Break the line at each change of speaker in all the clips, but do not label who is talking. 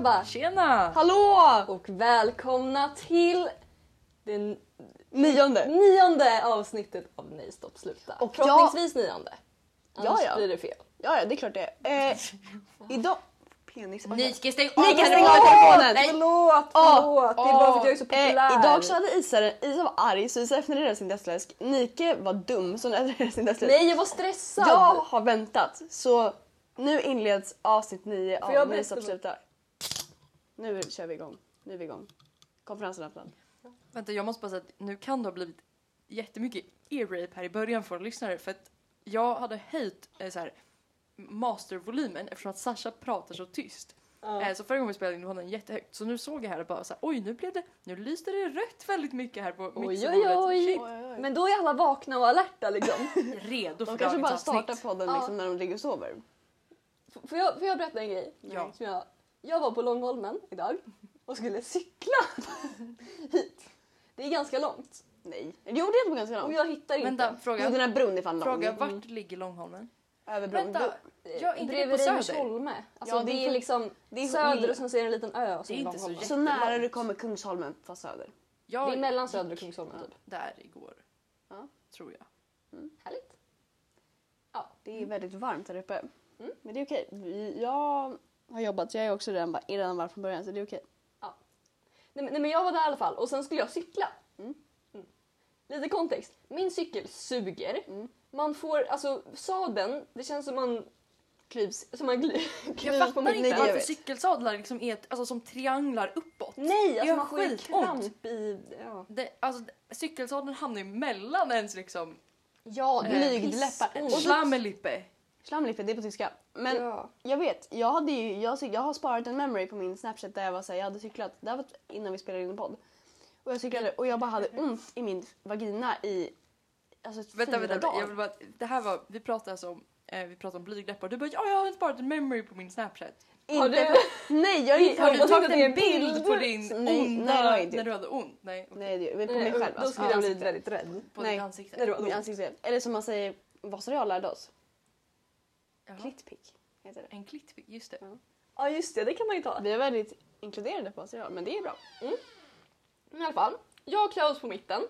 bara
Tjena!
Hallå!
och välkomna till det
Nionde.
nionde avsnittet av Nej stopp sluta.
Och jag-
Förhoppningsvis nionde. Annars
Ja, ja.
blir det fel.
Ja, ja, det är klart det är. Eh, idag... Penis.
Ni ska stänga av
Ni kan stänga av
telefonen.
telefonen!
Nej.
Förlåt,
Ah,
förlåt. det är bara för att jag är så
Eh,
populär.
idag så hade Isa, Isa var arg så Isa efterrättade sin deathläsk. Nike var dum så hon efterrättade sin deathläsk.
Nej jag var stressad.
Jag har väntat så nu inleds avsnitt 9
jag
av
berätta
Nysop
vad-
slutar. Nu kör vi igång. Nu är vi igång. Konferensen är öppnad.
Vänta jag måste bara säga att nu kan det ha blivit jättemycket e-rape här i början för lyssnare för att jag hade höjt eh, så här, mastervolymen eftersom att Sasha pratar så tyst. Eh, Så förra gången vi spelade in då hade den jättehögt. Så nu såg jag här och bara så här, oj nu blev det, nu lyste det rött väldigt mycket här på
Oj,
mixerbordet.
oj, oj.
Shit.
Men då är alla vakna och alerta liksom.
Redo för
De kanske
dagens
bara startar
avsnitt.
podden
Ja.
liksom när de ligger och sover.
F- får, jag, får jag berätta en grej?
Ja.
Som jag, jag var på Långholmen idag och skulle cykla hit. Det är ganska långt
Nej. Jo det är på ganska
och
långt.
jag hittar inte.
Vänta,
Jo den
fråga.
här bron är fan lång. Mm.
Fråga, vart ligger Långholmen?
Över bron.
Vänta, jag är inte
Bredvid
på Söder.
Reimersholme. Alltså,
Ja,
det,
det är
är
för-
liksom
det är-
söder och sen så är det en liten ö. Som
Det är inte så
Långholmen.
jätte-
Så nära du kommer Kungsholmen fast söder.
Jag
Det är mellan Söder och
gick
Kungsholmen typ.
Där igår.
Ja.
Tror jag.
Härligt.
Det är väldigt varmt där uppe. Men det är okej. Vi- Jag har jobbat så jag är också redan, bara- är redan varm från början så det är okej.
Nej, men- nej men jag var där i alla fall och sen skulle jag cykla. Mm. Lite kontext. Min cykel suger.
Mm.
Man får, alltså sadeln, det känns som man,
Klyvs.
som man gl-
Jag
Kniv på
fattar
mitt
inte
nöje,
varför
vet.
cykelsadlar liksom är ett, alltså, som trianglar uppåt.
Nej,
gör
alltså man får ju
skitont.
kramp i... Ja,
Det, alltså, det- cykelsadeln hamnar ju mellan ens liksom...
ja
det är
blygdläppar.
pissont.
Och så-
Schlammelippe.
Schlammelippe, det är på tyska. Men
Ja.
jag vet, jag, hade ju, jag, cyk- jag har sparat en memory på min Snapchat där jag var så här, jag hade cyklat. Det här var innan vi spelade in en podd. Och jag cyklade och jag bara hade ont i min vagina i alltså,
Vänta,
fyra
vänta.
dagar.
Jag vill bara, det här var, vi pratade alltså om, eh, vi pratade om blygdläppar. Du bara ja, jag har inte sparat en memory på min snapchat.
Har
Inte,
du-
Nej, jag
Har du
Har du
tagit
tagit
en
en bild på
bild?
din
Nej,
onda...
nej, det har jag
När
inte gjort.
du hade ont? Nej, okej.
Nej, det, men på
Nej,
mig
och
själv
Då
alltså.
skulle jag
Ja,
bli
ansikte.
väldigt rädd.
På
nej.
ditt
När
ansikte.
du var
Mitt
ung.
ansikte. Eller som man säger, vad sa det jag lärde oss?
Jaha,
Klittpick heter det.
En klittbild, just det.
Ja just det, det kan man ju ta.
Vi är väldigt inkluderande på Vasarial, men det är bra.
Men i alla fall, jag och Klaus på mitten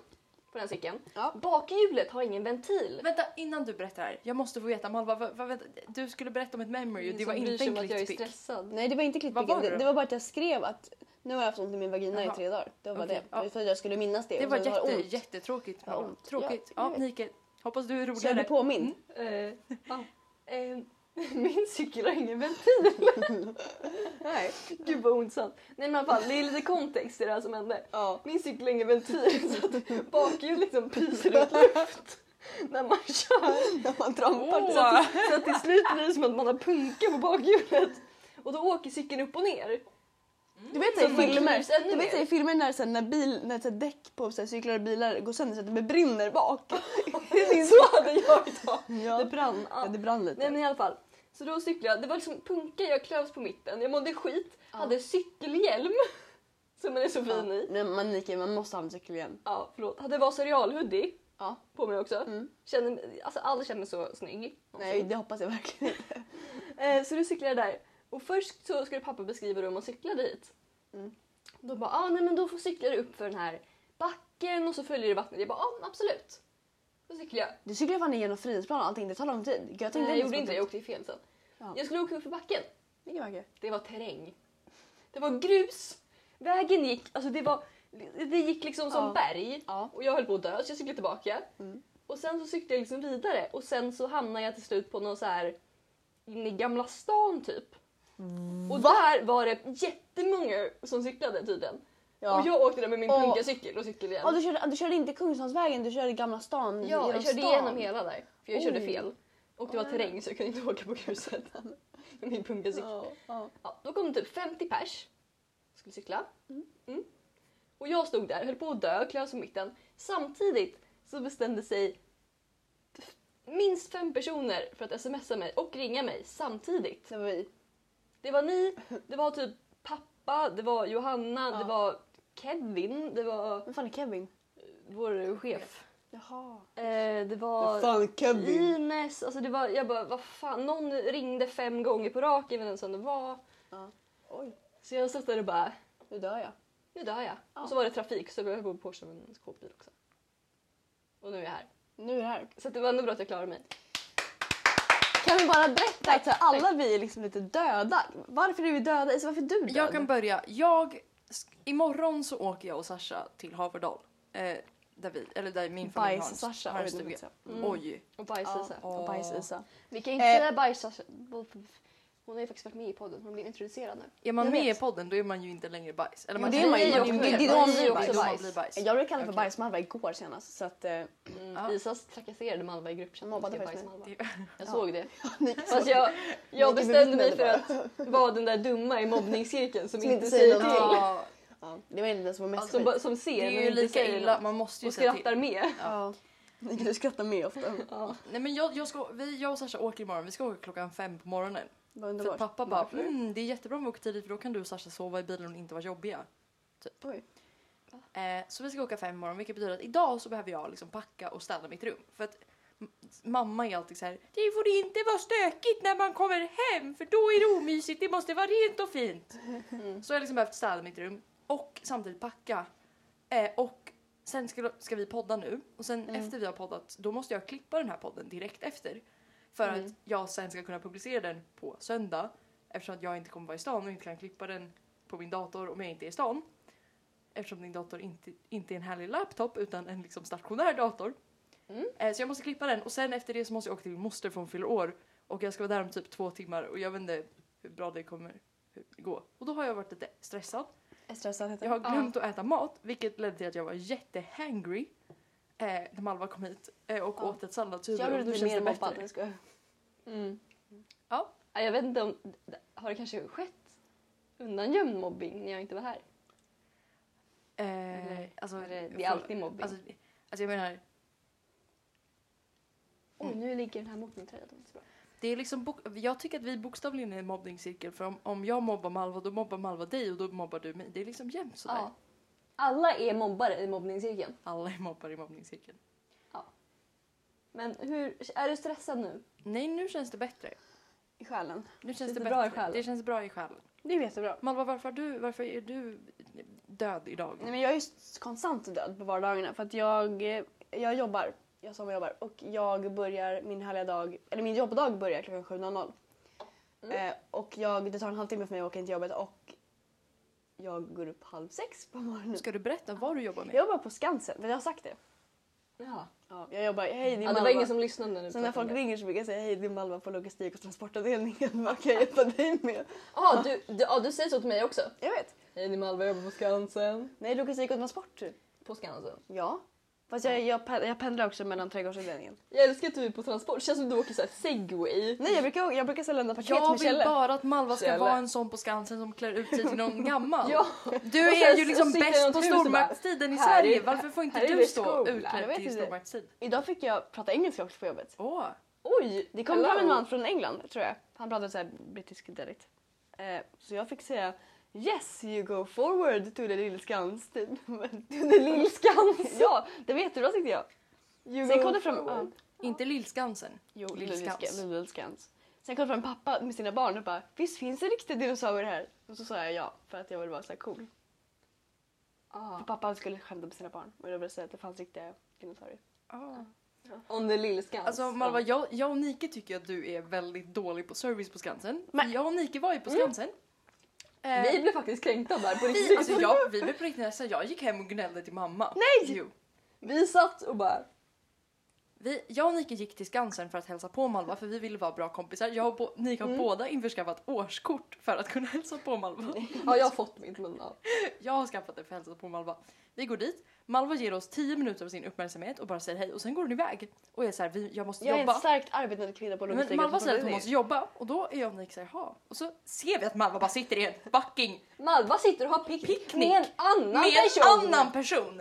på den cykeln.
Ja.
Bakhjulet har ingen ventil.
Vänta, innan du berättar här. Jag måste få veta Malva, vad, vad, vänta, du skulle berätta om ett memory och det
Ingen
var
som bryr
inte
sig
en
om att jag är
klittbild.
stressad.
Nej, det var inte klittpicken.
Vad var det
det,
då?
det var bara att jag skrev att nu har jag haft ont i min vagina
Jaha.
i tre dagar. Det var bara
Okej,
det.
ja.
För att jag skulle minnas Alltså, det.
Det
och
var
sen
jätte,
ont.
jättetråkigt.
Ja,
Malva. Tråkigt.
ja, jag
Ja,
vet.
Nike, hoppas du är
Så jag blev
roligare.
påmind.
Eh, ja. Eh, Min cykel har ingen ventil. Nej. Gud vad ondsamt. Nej men i alla fall, det är lite kontext i det här som hände.
Ja.
Min cykel har ingen ventil så att bakhjulet liksom pyser ut luft när man kör.
När man trampar.
Åh.
Oh.
Så att, så att till slut blir det som att man har punka på bakhjulet. Och då åker cykeln upp och ner.
Du vet
Så
så i
att man klyvs ännu
filmer, du vet,
mer.
så i filmer när, så här, när, bil, när så här, däck på så här, cyklar och bilar går sönder så att det brinner bak.
Så hade jag idag.
Ja.
Det brann.
Ja,
Ja.
det brann lite.
Nej men i alla fall. Så då cyklade jag. Det var liksom punka, jag klövs på mitten. Jag mådde skit. Hade cykelhjälm. Som man är så fin i.
ja. men man, Nike, man måste ha en cykel igen.
Ja, förlåt. Hade var serialhoodie
Ja.
på mig också.
Mm.
Kände, alltså aldrig kände mig så snygg.
Nej, det hoppas jag verkligen inte.
Eh, så du cyklade där. Och först så skulle pappa beskriva hur man cyklade dit.
Mm.
Då bara, ah, nej men då får cykla du upp för den här backen och så följer du vattnet. Jag bara, ah, absolut. Så cyklade jag.
Du cyklar fan igenom friidsplan och allting. Det tar lång tid. Gud, jag tänkte
Nej, jag
ens
gjorde
på
inte det,
det.
jag åkte ju fel sen.
Ja.
Jag skulle åka upp för backen.
Ligger vacker.
Det var terräng. Det var grus. Vägen gick, alltså det var, det gick liksom som
Ja.
berg.
Ja.
Och jag höll på att dö så jag cyklade tillbaka.
Mm.
Och sen så cyklade jag liksom vidare och sen så hamnade jag till slut på någon så här in i Gamla stan typ.
Mm.
Och där var det jättemånga som cyklade tydligen.
Ja.
Och jag åkte där med min
Och-
punkacykel och cyklade igen.
Ja, du, körde, du körde inte Kungsholmsvägen, du körde Gamla stan.
ja,
genom
jag körde
stan.
igenom hela där. För jag körde
Oj. Ah.
fel. Och det var
Oj.
terräng så jag kunde inte åka på gruset. med min punkacykel.
Ja, ja.
Ja, då kom det typ 50 pers. Skulle cykla. Mm. Och jag stod där, höll på att dö, klös i mitten. Samtidigt så bestämde sig f- minst fem personer för att smsa mig och ringa mig samtidigt.
Det var vi.
Det var ni, det var typ pappa, det var Johanna,
Ja.
det var Kevin, det var
Vem fan är Kevin?
vår chef.
Jaha.
Eh, det var
fan Mm.
Ines, alltså det var, jag bara vad fan, någon ringde fem gånger på raken, jag vet inte ens vem det var.
Oj.
Så jag satt där och bara,
Nu dör jag.
nu dör jag.
Ja.
Och så var det trafik så jag höll på att Porsche med en skåpbil också. Och nu är jag här.
Nu är det här.
Så att det var ändå bra att jag klarade mig.
Kan vi bara berätta att så här, alla vi är liksom lite döda. Varför är vi döda? Isa, varför är du död?
Jag kan börja. Jag, sk- imorgon så åker jag och Sasha till Haverdal. Eh, där vi, eller där min familj har en-
Bajs-Sasha.
har en
Oj, nu
stuga.
vet jag.
Mm.
Oj.
Och bajsisa.
Ja.
Och Bajs-Isa.
Vi kan inte
Eh.
säga bajsa. Mm. Hon har ju faktiskt varit med i podden. Hon blev introducerad nu.
Är man
Jag
med
vet.
i podden då är man ju inte längre bajs. Eller
Jo,
man
det
kan-
är man ju.
man
Det-
mer
det- det-
bajs.
det-
Man
det-
bajs.
det-
Man
bajs.
blir bajs.
Jag blev kallad för
Okej.
bajsmalva igår senast så att eh,
Mm.
Ja.
Isas trakasserade Malva i gruppchatten.
Mobbade
skrev
faktiskt
bajsmalva.
mig.
Jag
Ja.
såg det.
ni
Fast jag, jag
Ni kan
bestämde mig för
bevittna
att vara den där dumma i mobbningscirkeln som, inte
säger
säger
någonting.
till.
Ja,
ja, det var inte den som var mest
Alltså,
skit.
bara- som ser
det
men
är ju
inte
lika
säger
illa.
något.
Man måste ju
Och
säga till.
skrattar med.
Ja. Du skrattar med ofta. Det
Ja.
Nej men jag, jag, ska, vi, jag och Sasha åker imorgon. Vi ska åka klockan fem på morgonen.
var
För
underbart.
pappa bara,
Varför?
mm, det är jättebra om vi åker tidigt för då kan du och Sasha sova i bilen och inte vara jobbiga. Typ.
Oj.
Eh, så vi ska åka fem imorgon vilket betyder att idag så behöver jag liksom packa och städa mitt rum. För att m- mamma är alltid så här, det får inte vara stökigt när man kommer hem för då är det omysigt, det måste vara rent och fint. Så jag har liksom behövt städa mitt rum och samtidigt packa. Eh, och sen ska, ska vi podda nu och sen
Mm.
efter vi har poddat då måste jag klippa den här podden direkt efter. För att
Mm.
jag sen ska kunna publicera den på söndag eftersom att jag inte kommer vara i stan och inte kan klippa den på min dator om jag inte är i stan. Eftersom min dator inte, inte är en härlig laptop utan en liksom stationär dator.
Mm.
Eh, så jag måste klippa den och sen efter det så måste jag åka till min moster för hon fyller år och jag ska vara där om typ två timmar och jag vet inte hur bra det kommer gå. Och då har jag varit lite stressad.
Jag är stressad. heter
Jag
det.
har glömt att äta mat vilket ledde till att jag var jättehangry eh, när Malva kom hit eh, och
Ja.
åt ett salladshuvud.
Jag
och
blev
nu
lite
känns
mer
det bättre.
mobbad. Jag skojar.
Mm.
Ja.
Ja, Jag vet inte om... Har det kanske skett undangömd mobbing när jag inte var här?
Eh,
Eller-
alltså,
Eh, eller det
för-
är alltid mobbing.
Alltså, alltså jag menar,
Oj, nu ligger den här mot min tröja. Det var inte så bra.
det är liksom bok- jag tycker att vi bokstavligen är en mobbningscirkel för om, om jag mobbar Malva då mobbar Malva dig och då mobbar du mig. Det är liksom jämnt sådär.
Ja. Alla är mobbare i mobbningscirkeln.
Alla är mobbar i mobbningscirkeln.
Men hur... Är du stressad nu?
Nej, nu känns det bättre.
I själen.
Nu känns
det
det,
bra i
bättre.
själen?
det känns bra i själen.
Det är jättebra.
Malva, varför, har du, varför är du död idag?
Nej, men jag är just konstant död på vardagarna för att jag, eh, jag jobbar. Jag sommarjobbar och jag börjar min härliga dag, eller min jobbdag börjar klockan 7.00.
Mm.
Eh, och jag, det tar en halvtimme för mig att åka in till jobbet och jag går upp halv sex på morgonen.
Ska du berätta vad du jobbar med?
Jag jobbar på Skansen, för jag har sagt det.
Ja.
Ja, jag jobbar, hej det är
Ja, det var
Malva.
ingen som lyssnade när du
Så när
pratade
folk
om det.
ringer så brukar jag säga hej det är Malva på logistik och transportavdelningen, vad kan jag hjälpa dig med?
Jaha, du, du, ja, du säger så till mig också.
Jag vet.
Hej, ni Malva jobbar på Skansen.
Nej, logistik och transport. typ.
På Skansen.
Ja. Fast jag, jag, pen- jag pendlar också mellan trädgårdsavdelningen.
Jag älskar att du är på transport. känns som du åker så här segway.
Nej, jag brukar, jag brukar så här lämna paket
Jag
med
vill
Kjelle.
bara att Malva ska
Kjelle.
vara en sån på Skansen som klär ut sig till någon gammal.
Ja,
Du
Och
är
sen
ju liksom
sitter i
bäst
något
på
hus och bara,
stormaktstiden i
"Här är-
Sverige. Varför får
här
inte
är
du
det
stå
skola."
Jag
utklädd
vet
till
inte.
stormaktstid?
Idag fick jag prata engelska också på jobbet.
Åh,
Oj!
Det kom fram en man från England tror jag. Han pratade så här brittisk dialekt. Eh, så jag fick säga Yes you go forward to the little skans. Typ. Men-
Lillskans.
ja, det var jättebra tyckte jag. Sen kom det fram... Ja,
inte Lillskansen.
jo,
Little
little
Skans.
Skans. Little Skans. Sen kom det fram pappa med sina barn och bara Visst finns det riktiga dinosaurier här? Och så sa jag ja för att jag ville vara så här cool.
Ah.
För pappa skulle skämta med sina barn och jag ville säga att det fanns riktiga dinosaurier.
Ah.
On the Lillskans.
Alltså Malva, jag, jag och Nike tycker att du är väldigt dålig på service på Skansen.
Men- Mm.
Jag och Nike var ju på Skansen. Eh,
Vi blev faktiskt kränkta där på
vi,
riktigt.
alltså, jag, vi blev på riktigt nästan, jag gick hem och gnällde till mamma.
Nej!
Jo.
Vi satt och bara...
Vi, jag och Nike gick till Skansen för att hälsa på Malva för vi ville vara bra kompisar. Jag och bo, Nike
Mm.
har båda införskaffat årskort för att kunna hälsa på Malva.
Ja, jag har fått mitt men ja.
Jag har skaffat det för att hälsa på Malva. Vi går dit, Malva ger oss 10 minuter av sin uppmärksamhet och bara säger hej och sen går hon iväg. Och jag är såhär, vi- jag måste
Jag är en
jobba.
starkt arbetande kvinna på
Men
logistiken.
Malva säger att hon måste jobba och då är jag och Nick såhär, jaha. Och så ser vi att Malva bara sitter i en fucking
Malva sitter och har pick-
Picknick.
med en annan
med en
person.
annan person.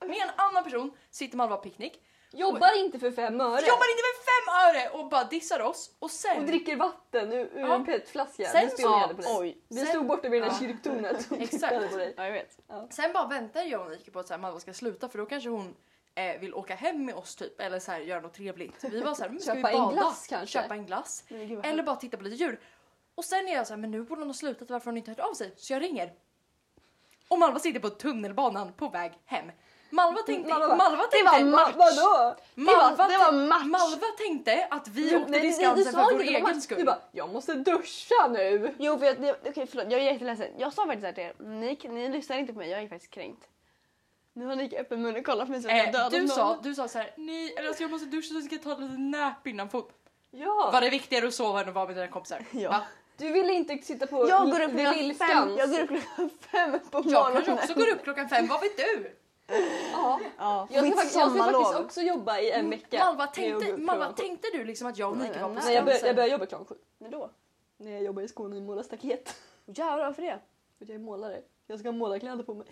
Med en annan person sitter Malva på picknick,
Jobbar inte för fem öre.
jobbar inte med fem öre och bara dissar oss och sen...
Och dricker vatten ur, ur
Ja.
en petflaska.
Sen
vi spionerade på
så-
dig.
Oj.
Vi
sen-
stod borta vid det där
Ja.
kyrktornet och
Exakt.
tittade på dig.
Ja, jag vet.
Sen bara väntar jag och Nike på att så här, Malva ska sluta för då kanske hon eh, vill åka hem med oss typ eller så här, göra något trevligt. Vi var så här, men ska vi
Köpa en
bada?
glass kanske?
Köpa en glass.
Men gud, vad
Eller bara titta på lite djur. Och Och sen är jag så här, men nu borde hon ha slutat, varför har hon inte hört av sig? Så jag ringer. Och Malva sitter på tunnelbanan på väg hem. Malva tänkte...
Malva-
Malva,
Det
tänkte...
var match!
Vadå?
Det var,
Malva,
det var
tän-
match!
Malva tänkte att vi åkte
Nej,
till
nej, du
Skansen
sa
för vår
inte det var
egen
match. Du
skull.
bara, jag måste duscha nu.
Jo, för jag, det, okej, förlåt, jag är jätteledsen. Jag sa faktiskt så här till er, ni, ni lyssnar inte på mig, jag är faktiskt kränkt. Nu har ni öppen mun och kollat på mig som att jag
Eh,
dödat
du,
någon.
sa, du sa så här, nej, eller alltså jag måste duscha så jag ska ta lite nap innan fot.
Ja.
Var det viktigare att sova än att vara med dina kompisar?
Ja.
Va?
Du ville inte sitta på
Jag går upp
The
klockan
Lill
fem,
Skans.
jag går upp klockan fem på
Jag kanske
morgonen.
också går upp klockan fem, vad vet du?
Ja.
Ja,
Jag ska,
mitt
faktiskt, jag ska faktiskt
sommarlov.
också jobba i en vecka.
Malva,
Jag går
tänkte,
upp
Malva,
klockan sju.
tänkte du liksom att jag och Mika var på
Nej,
Nej, jag, bör, jag
Skansen?
börjar jobba klockan sju.
När då?
När jag jobbar i Skåne och målar staket.
Jävlar varför det?
För att jag är målare. Jag ska ha målarkläder på mig.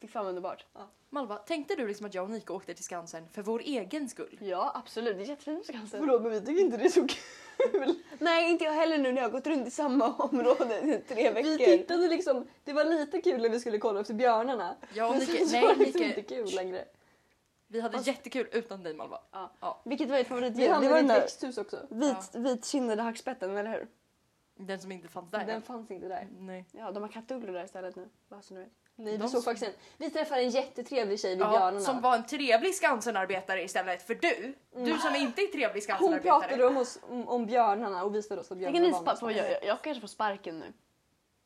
Fy fan underbart.
Malva, tänkte du liksom att jag och Niko åkte till Skansen för vår egen skull?
Ja absolut, det är jättefint på Skansen.
Förlåt men vi tycker inte det är så kul.
Nej inte jag heller nu när jag har gått runt i samma område i tre
Vi
veckor.
tittade liksom, det var lite kul när vi skulle kolla efter björnarna.
Alltså, Jag och
Men sen
Nike,
så var
nej
det liksom inte
Nike,
kul längre.
vi hade
Alltså-
jättekul utan dig Malva.
Vilket var ditt
Vi
favoritdjur? Det var
hamnade i
den
ett
där
växthus också.
vit, vitkindade hackspetten, eller hur?
Den som inte fanns där.
Den fanns inte där.
Nej.
Ja, de har kattugglor där istället nu. Bara så ni vet.
Nej, vi
De
såg
som-
faktiskt en. Vi träffade en jättetrevlig tjej vid
Ja,
björnarna.
som var en trevlig Skansenarbetare istället för du. Du som inte är trevlig
Hon
Skansenarbetare.
pratade om, oss, om, om björnarna och visade oss att
Tänker
björnarna
ni
var
spa- på,
någonstans.
jag, jag kanske får sparken nu.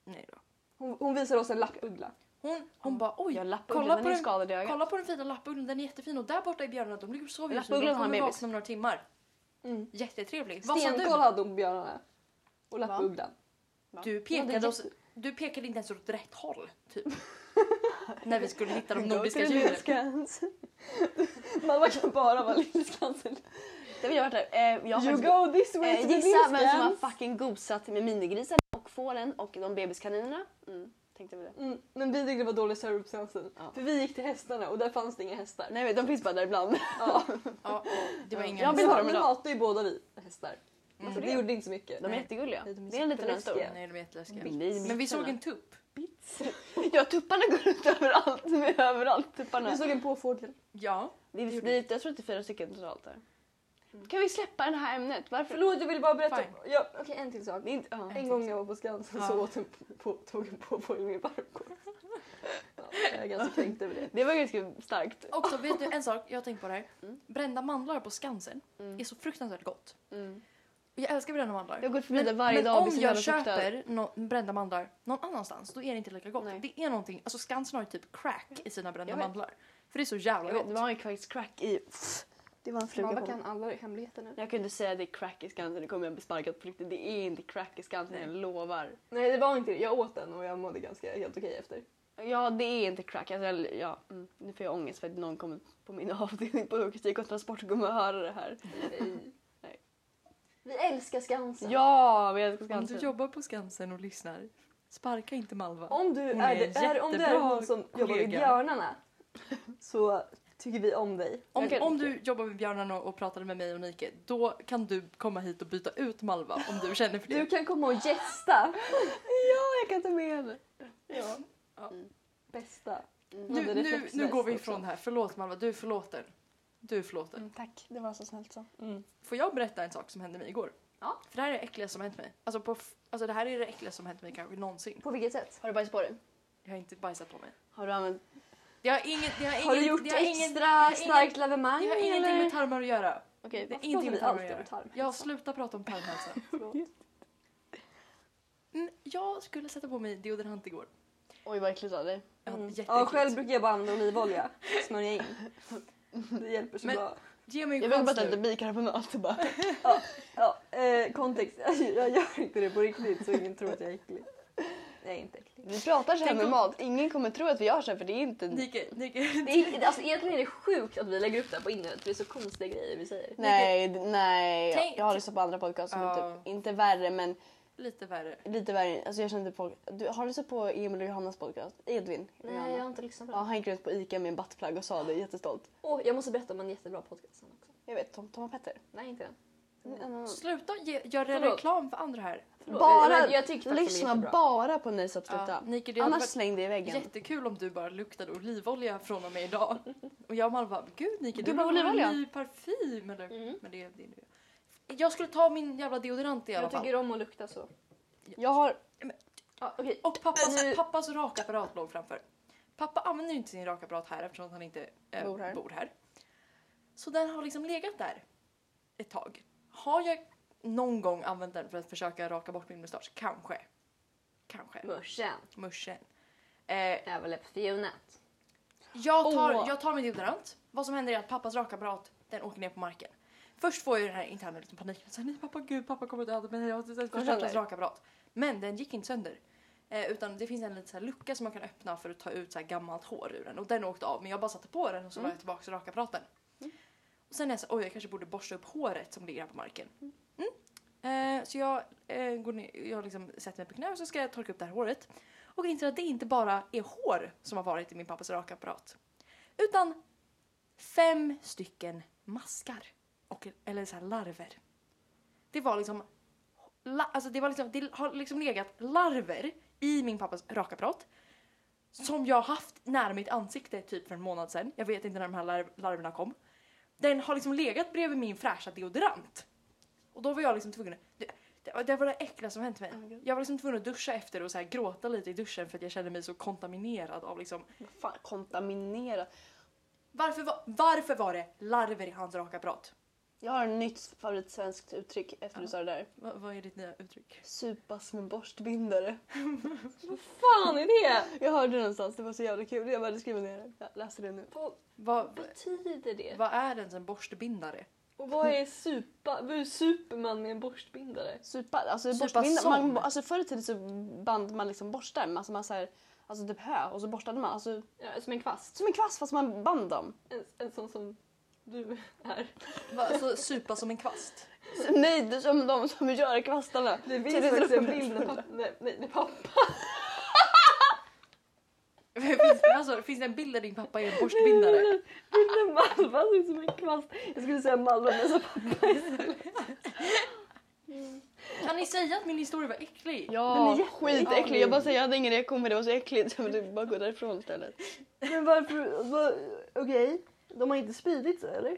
Nej då.
hon, hon visade oss en lappuggla.
Hon, hon bara oj,
Jag lappar
kolla
kolla
på,
den är
den,
skadad i ögat.
kolla på den fina lappugglan, den är jättefin och där borta är björnarna, de ligger och sover just nu.
Lappugglan
De
har en
kommer
bebis.
vakna om några timmar.
Mm.
Jättetrevlig. Vad sa
Stenkoll
du?
hade hon på björnarna. Och lappugglan.
Du
Ja, det
pekade,
är
oss, du pekade inte ens åt rätt håll, typ. När vi skulle hitta de
Gå
nordiska
till
djuren.
Skans.
Mamma kan bara vara Lillskansen.
Det vill jag varit där. Eh, jag har
You
faktiskt-
go this way
eh,
to the
gissa vem som har
Lillskans.
fucking gosat med minigrisen och fåren och de bebiskaninerna. Mm, tänkte vi det.
Mm, men vi tyckte det var dålig serve på Skansen.
Ja.
För vi gick till hästarna och där fanns det inga hästar.
Nej men de finns bara där ibland.
Ja.
Ja, det var ingen
Jag
Vi
vill ha dem
nu
idag.
hatar ju båda vi hästar.
Mm.
Så det gjorde inte så mycket.
De är
Nej.
jättegulliga.
Nej, de är
Det är en liten
superläskiga.
stor.
Nej, de är jätteläskiga.
Bits. Det är
Men vi såg
bitterna.
en tupp.
Ja tupparna går ut överallt. De är överallt tupparna.
Vi såg en påfågel.
Ja.
Det är,
gjorde
det är, jag tror att det är fyra stycken totalt där. Kan vi släppa det här ämnet? Varför?
Förlåt jag ville bara berätta.
Fine.
Ja, Okej en till sak.
Det är inte, ja.
En gång när jag var på Skansen så
Ja.
åt en på- på, tog en påfågel min varmkorv. Ja, jag är ganska kränkt över det.
Det var ganska starkt.
Också, vet du en sak? Jag har tänkt på det här.
Mm.
Brända mandlar på Skansen är så fruktansvärt gott.
Mm.
Och Jag älskar brända mandlar.
Jag går förbi där
Men,
varje
men
dag. och
om
blir så
jag
jävla fruktad.
köper nå- brända mandlar någon annanstans då är det inte lika gott.
Nej.
Det är någonting, alltså Skansen har ju typ crack i sina brända
Jag vet.
mandlar. För det är så jävla
Jag vet, det
gott.
var ju faktiskt crack i... Det var en fluga
Mamma
på
kan
kan...
alla hemligheter nu.
Jag kunde säga att det är crack i Skansen, nu kommer jag bli sparkad på riktigt. Det är inte crack i Skansen, jag lovar.
Nej det var inte det. Jag åt den och jag mådde ganska helt okej efter.
Ja, det är inte crack. Alltså, jag, ja, mm, nu får jag ångest för att någon kommer på min avdelning på logistik och transport och kommer att höra det här. Nej.
Vi älskar Skansen.
Ja, vi älskar
Om du
Skansen.
jobbar på Skansen och lyssnar, sparka inte Malva.
Om du
Hon
är,
är en
det, är, om du är
jättebra
hon som jobbar i
kollega.
Björnarna så tycker vi om dig.
Om,
Okej.
om du jobbar med Björnarna och, och pratade med mig och Nike, då kan du komma hit och byta ut Malva om du känner för det.
Du kan komma och gästa.
Ja, jag kan ta med henne.
Ja.
Ja.
Bästa.
Mm.
Nu,
hade
nu, nu
reflexväst
går vi
också. Mm.
ifrån det här. Förlåt Malva, du är förlåten. Du är förlåten.
tack, det var så snällt så.
Får jag berätta en sak som hände mig igår?
Ja.
För det här är det äckligaste som hänt mig. Alltså, på, f- alltså det här är det äckligaste som hänt mig kanske någonsin.
På vilket sätt?
Har du bajs på dig?
Jag har inte bajsat på mig.
Har du använt...
Det har inget... Det har,
Har du
inget-
gjort
det har inget-
extra
inget-
starkt lavemang
Det har ingenting med tarmar att göra.
Okej,
Det är
Varför
ingenting med
pratar
tarmar
vi alltid
att göra.
om tarmhälsa?
Jag slutar prata om tarmhälsa. Mm, jag skulle sätta på mig deodorant igår.
Oj, vad äckligt av dig.
Ja,
Mm. Ja,
jätteäckligt.
själv brukar jag bara använda olivolja. Smörja in. Det hjälper så
Men-
bra.
Ge mig
Jag
en
vill bara
chans
ta lite
nu.
bikarbonat och bara...
Ja, eh, kontext. Jag gör inte det på riktigt så ingen tror att jag är äcklig. Jag är inte äcklig.
Vi pratar så här
Tänk om-
normalt. Ingen kommer tro att vi gör så här för det är inte...
Nike, Nike.
Det är, alltså, egentligen är det sjukt att vi lägger upp det här på internet. Det är så konstiga grejer vi säger.
Nej, d- nej.
Tänk-
Jag har lyssnat på andra podcasts som
Ja.
är typ, inte värre men
Lite värre.
Mm.
lite värre. Alltså jag känner inte folk. Du, har du lyssnat på Emil och Johannas podcast? Edvin? och
Nej,
Johanna.
jag har inte lyssnat på
Ja,
det.
han gick runt på ICA med en buttplug och sa det jättestolt.
Åh, jag måste berätta om en jättebra podcast sen också.
Jag vet, Tom, Tom och Petter.
Nej, inte den.
Mm, En annan-
Sluta ge, göra
Förlåt.
reklam för andra här.
Förlåt,
Bara-
jag, jag tyckte att
Lyssna
den var jättebra.
bara på Nej
Ja,
Substituta.
Nike, det hade
Annars
varit
släng det i väggen.
jättekul om du bara luktade olivolja från och med idag. Och jag och Malva, gud Nike,
Du
du
bara,
behöver
Mm. olivolja?
en ny parfym. Eller,
Mm.
men det, det är nu. Jag skulle ta min jävla deodorant i alla
Jag
fall.
tycker om att lukta så.
Jag har...
Ja, okej. Och pappas,
Äh, Nu-
pappas rakapparat låg framför. Pappa använder inte sin rakapparat här eftersom han inte eh,
Bor
bor,
här.
här. Så den har liksom legat där ett tag. Har jag någon gång använt den för att försöka raka bort min mustasch? Kanske. Kanske.
Muschen.
Muschen. Eh,
Överläppsfjonet.
jag, tar,
Åh.
jag tar min deodorant. Vad som händer är att pappas rakapparat den åker ner på marken. Först får jag ju den här interna liten paniken. Så här, nej pappa gud, pappa kommer att döda mig. Jag har förstört
sönder.
hans rakapparat. Men den gick inte sönder. Eh, utan det finns en liten så här lucka som man kan öppna för att ta ut så här gammalt hår ur den. Och den åkte av men jag bara satte på den och så la jag tillbaka rakapparaten. Och sen är jag så här, oj jag kanske borde borsta upp håret som ligger här på marken. Mm. Eh, så jag, eh, går ner, jag liksom sätter mig på knä och så ska jag torka upp det här håret. Och inser att det inte bara är hår som har varit i min pappas rakapparat. Utan fem stycken maskar. Och, eller så här larver. Det var liksom... La, alltså det, var liksom det har liksom legat larver i min pappas rakapparat. Som jag haft nära mitt ansikte typ för en månad sedan. Jag vet inte när de här larv, larverna kom. Den har liksom legat bredvid min fräscha deodorant. Och då var jag liksom tvungen... Det, det, det var det äckliga som hänt mig.
Oh my God.
jag var liksom tvungen att duscha efter och så här gråta lite i duschen för att jag kände mig så kontaminerad av liksom
Vad fan, kontaminerat.
varför var, varför var det larver i hans rakapparat?
Jag har ett nytt favoritsvenskt uttryck efter du sa det där.
Va, vad är ditt nya uttryck?
Supas med borstbindare.
Vad fan är det?
Jag hörde det någonstans, det var så jävla kul. Jag bara skriver ner det. Jag läser det nu.
Vad
Vad
betyder det?
vad är ens en borstbindare?
Och vad är supa? Vad är superman med en borstbindare?
Supa, alltså
Supa
borstbinda, man,
som.
alltså förr i tiden så band man liksom borstar. Alltså man så här, alltså typ hö och så borstade man. Alltså,
Ja, som en kvast.
som en kvast fast man band dem.
En, en sån som du är.
Va, så supa som en kvast?
Så, nej, det är som de som gör kvastarna.
Det
Så
finns
det är
faktiskt
så-
en bild när pappa... När, när, när pappa
finns, alltså, finns det en bild där din pappa är en borstbindare?
Bilden Malva ser ut som en kvast. Jag skulle säga Malva men så pappa istället.
Kan ni säga att min historia var äcklig?
Ja,
Den är
skitäcklig.
jätteäcklig.
Jag bara säger jag hade ingen reaktion men det var så äckligt så jag ville bara gå därifrån istället.
Men varför... Var, Okej. De har inte spridit sig eller?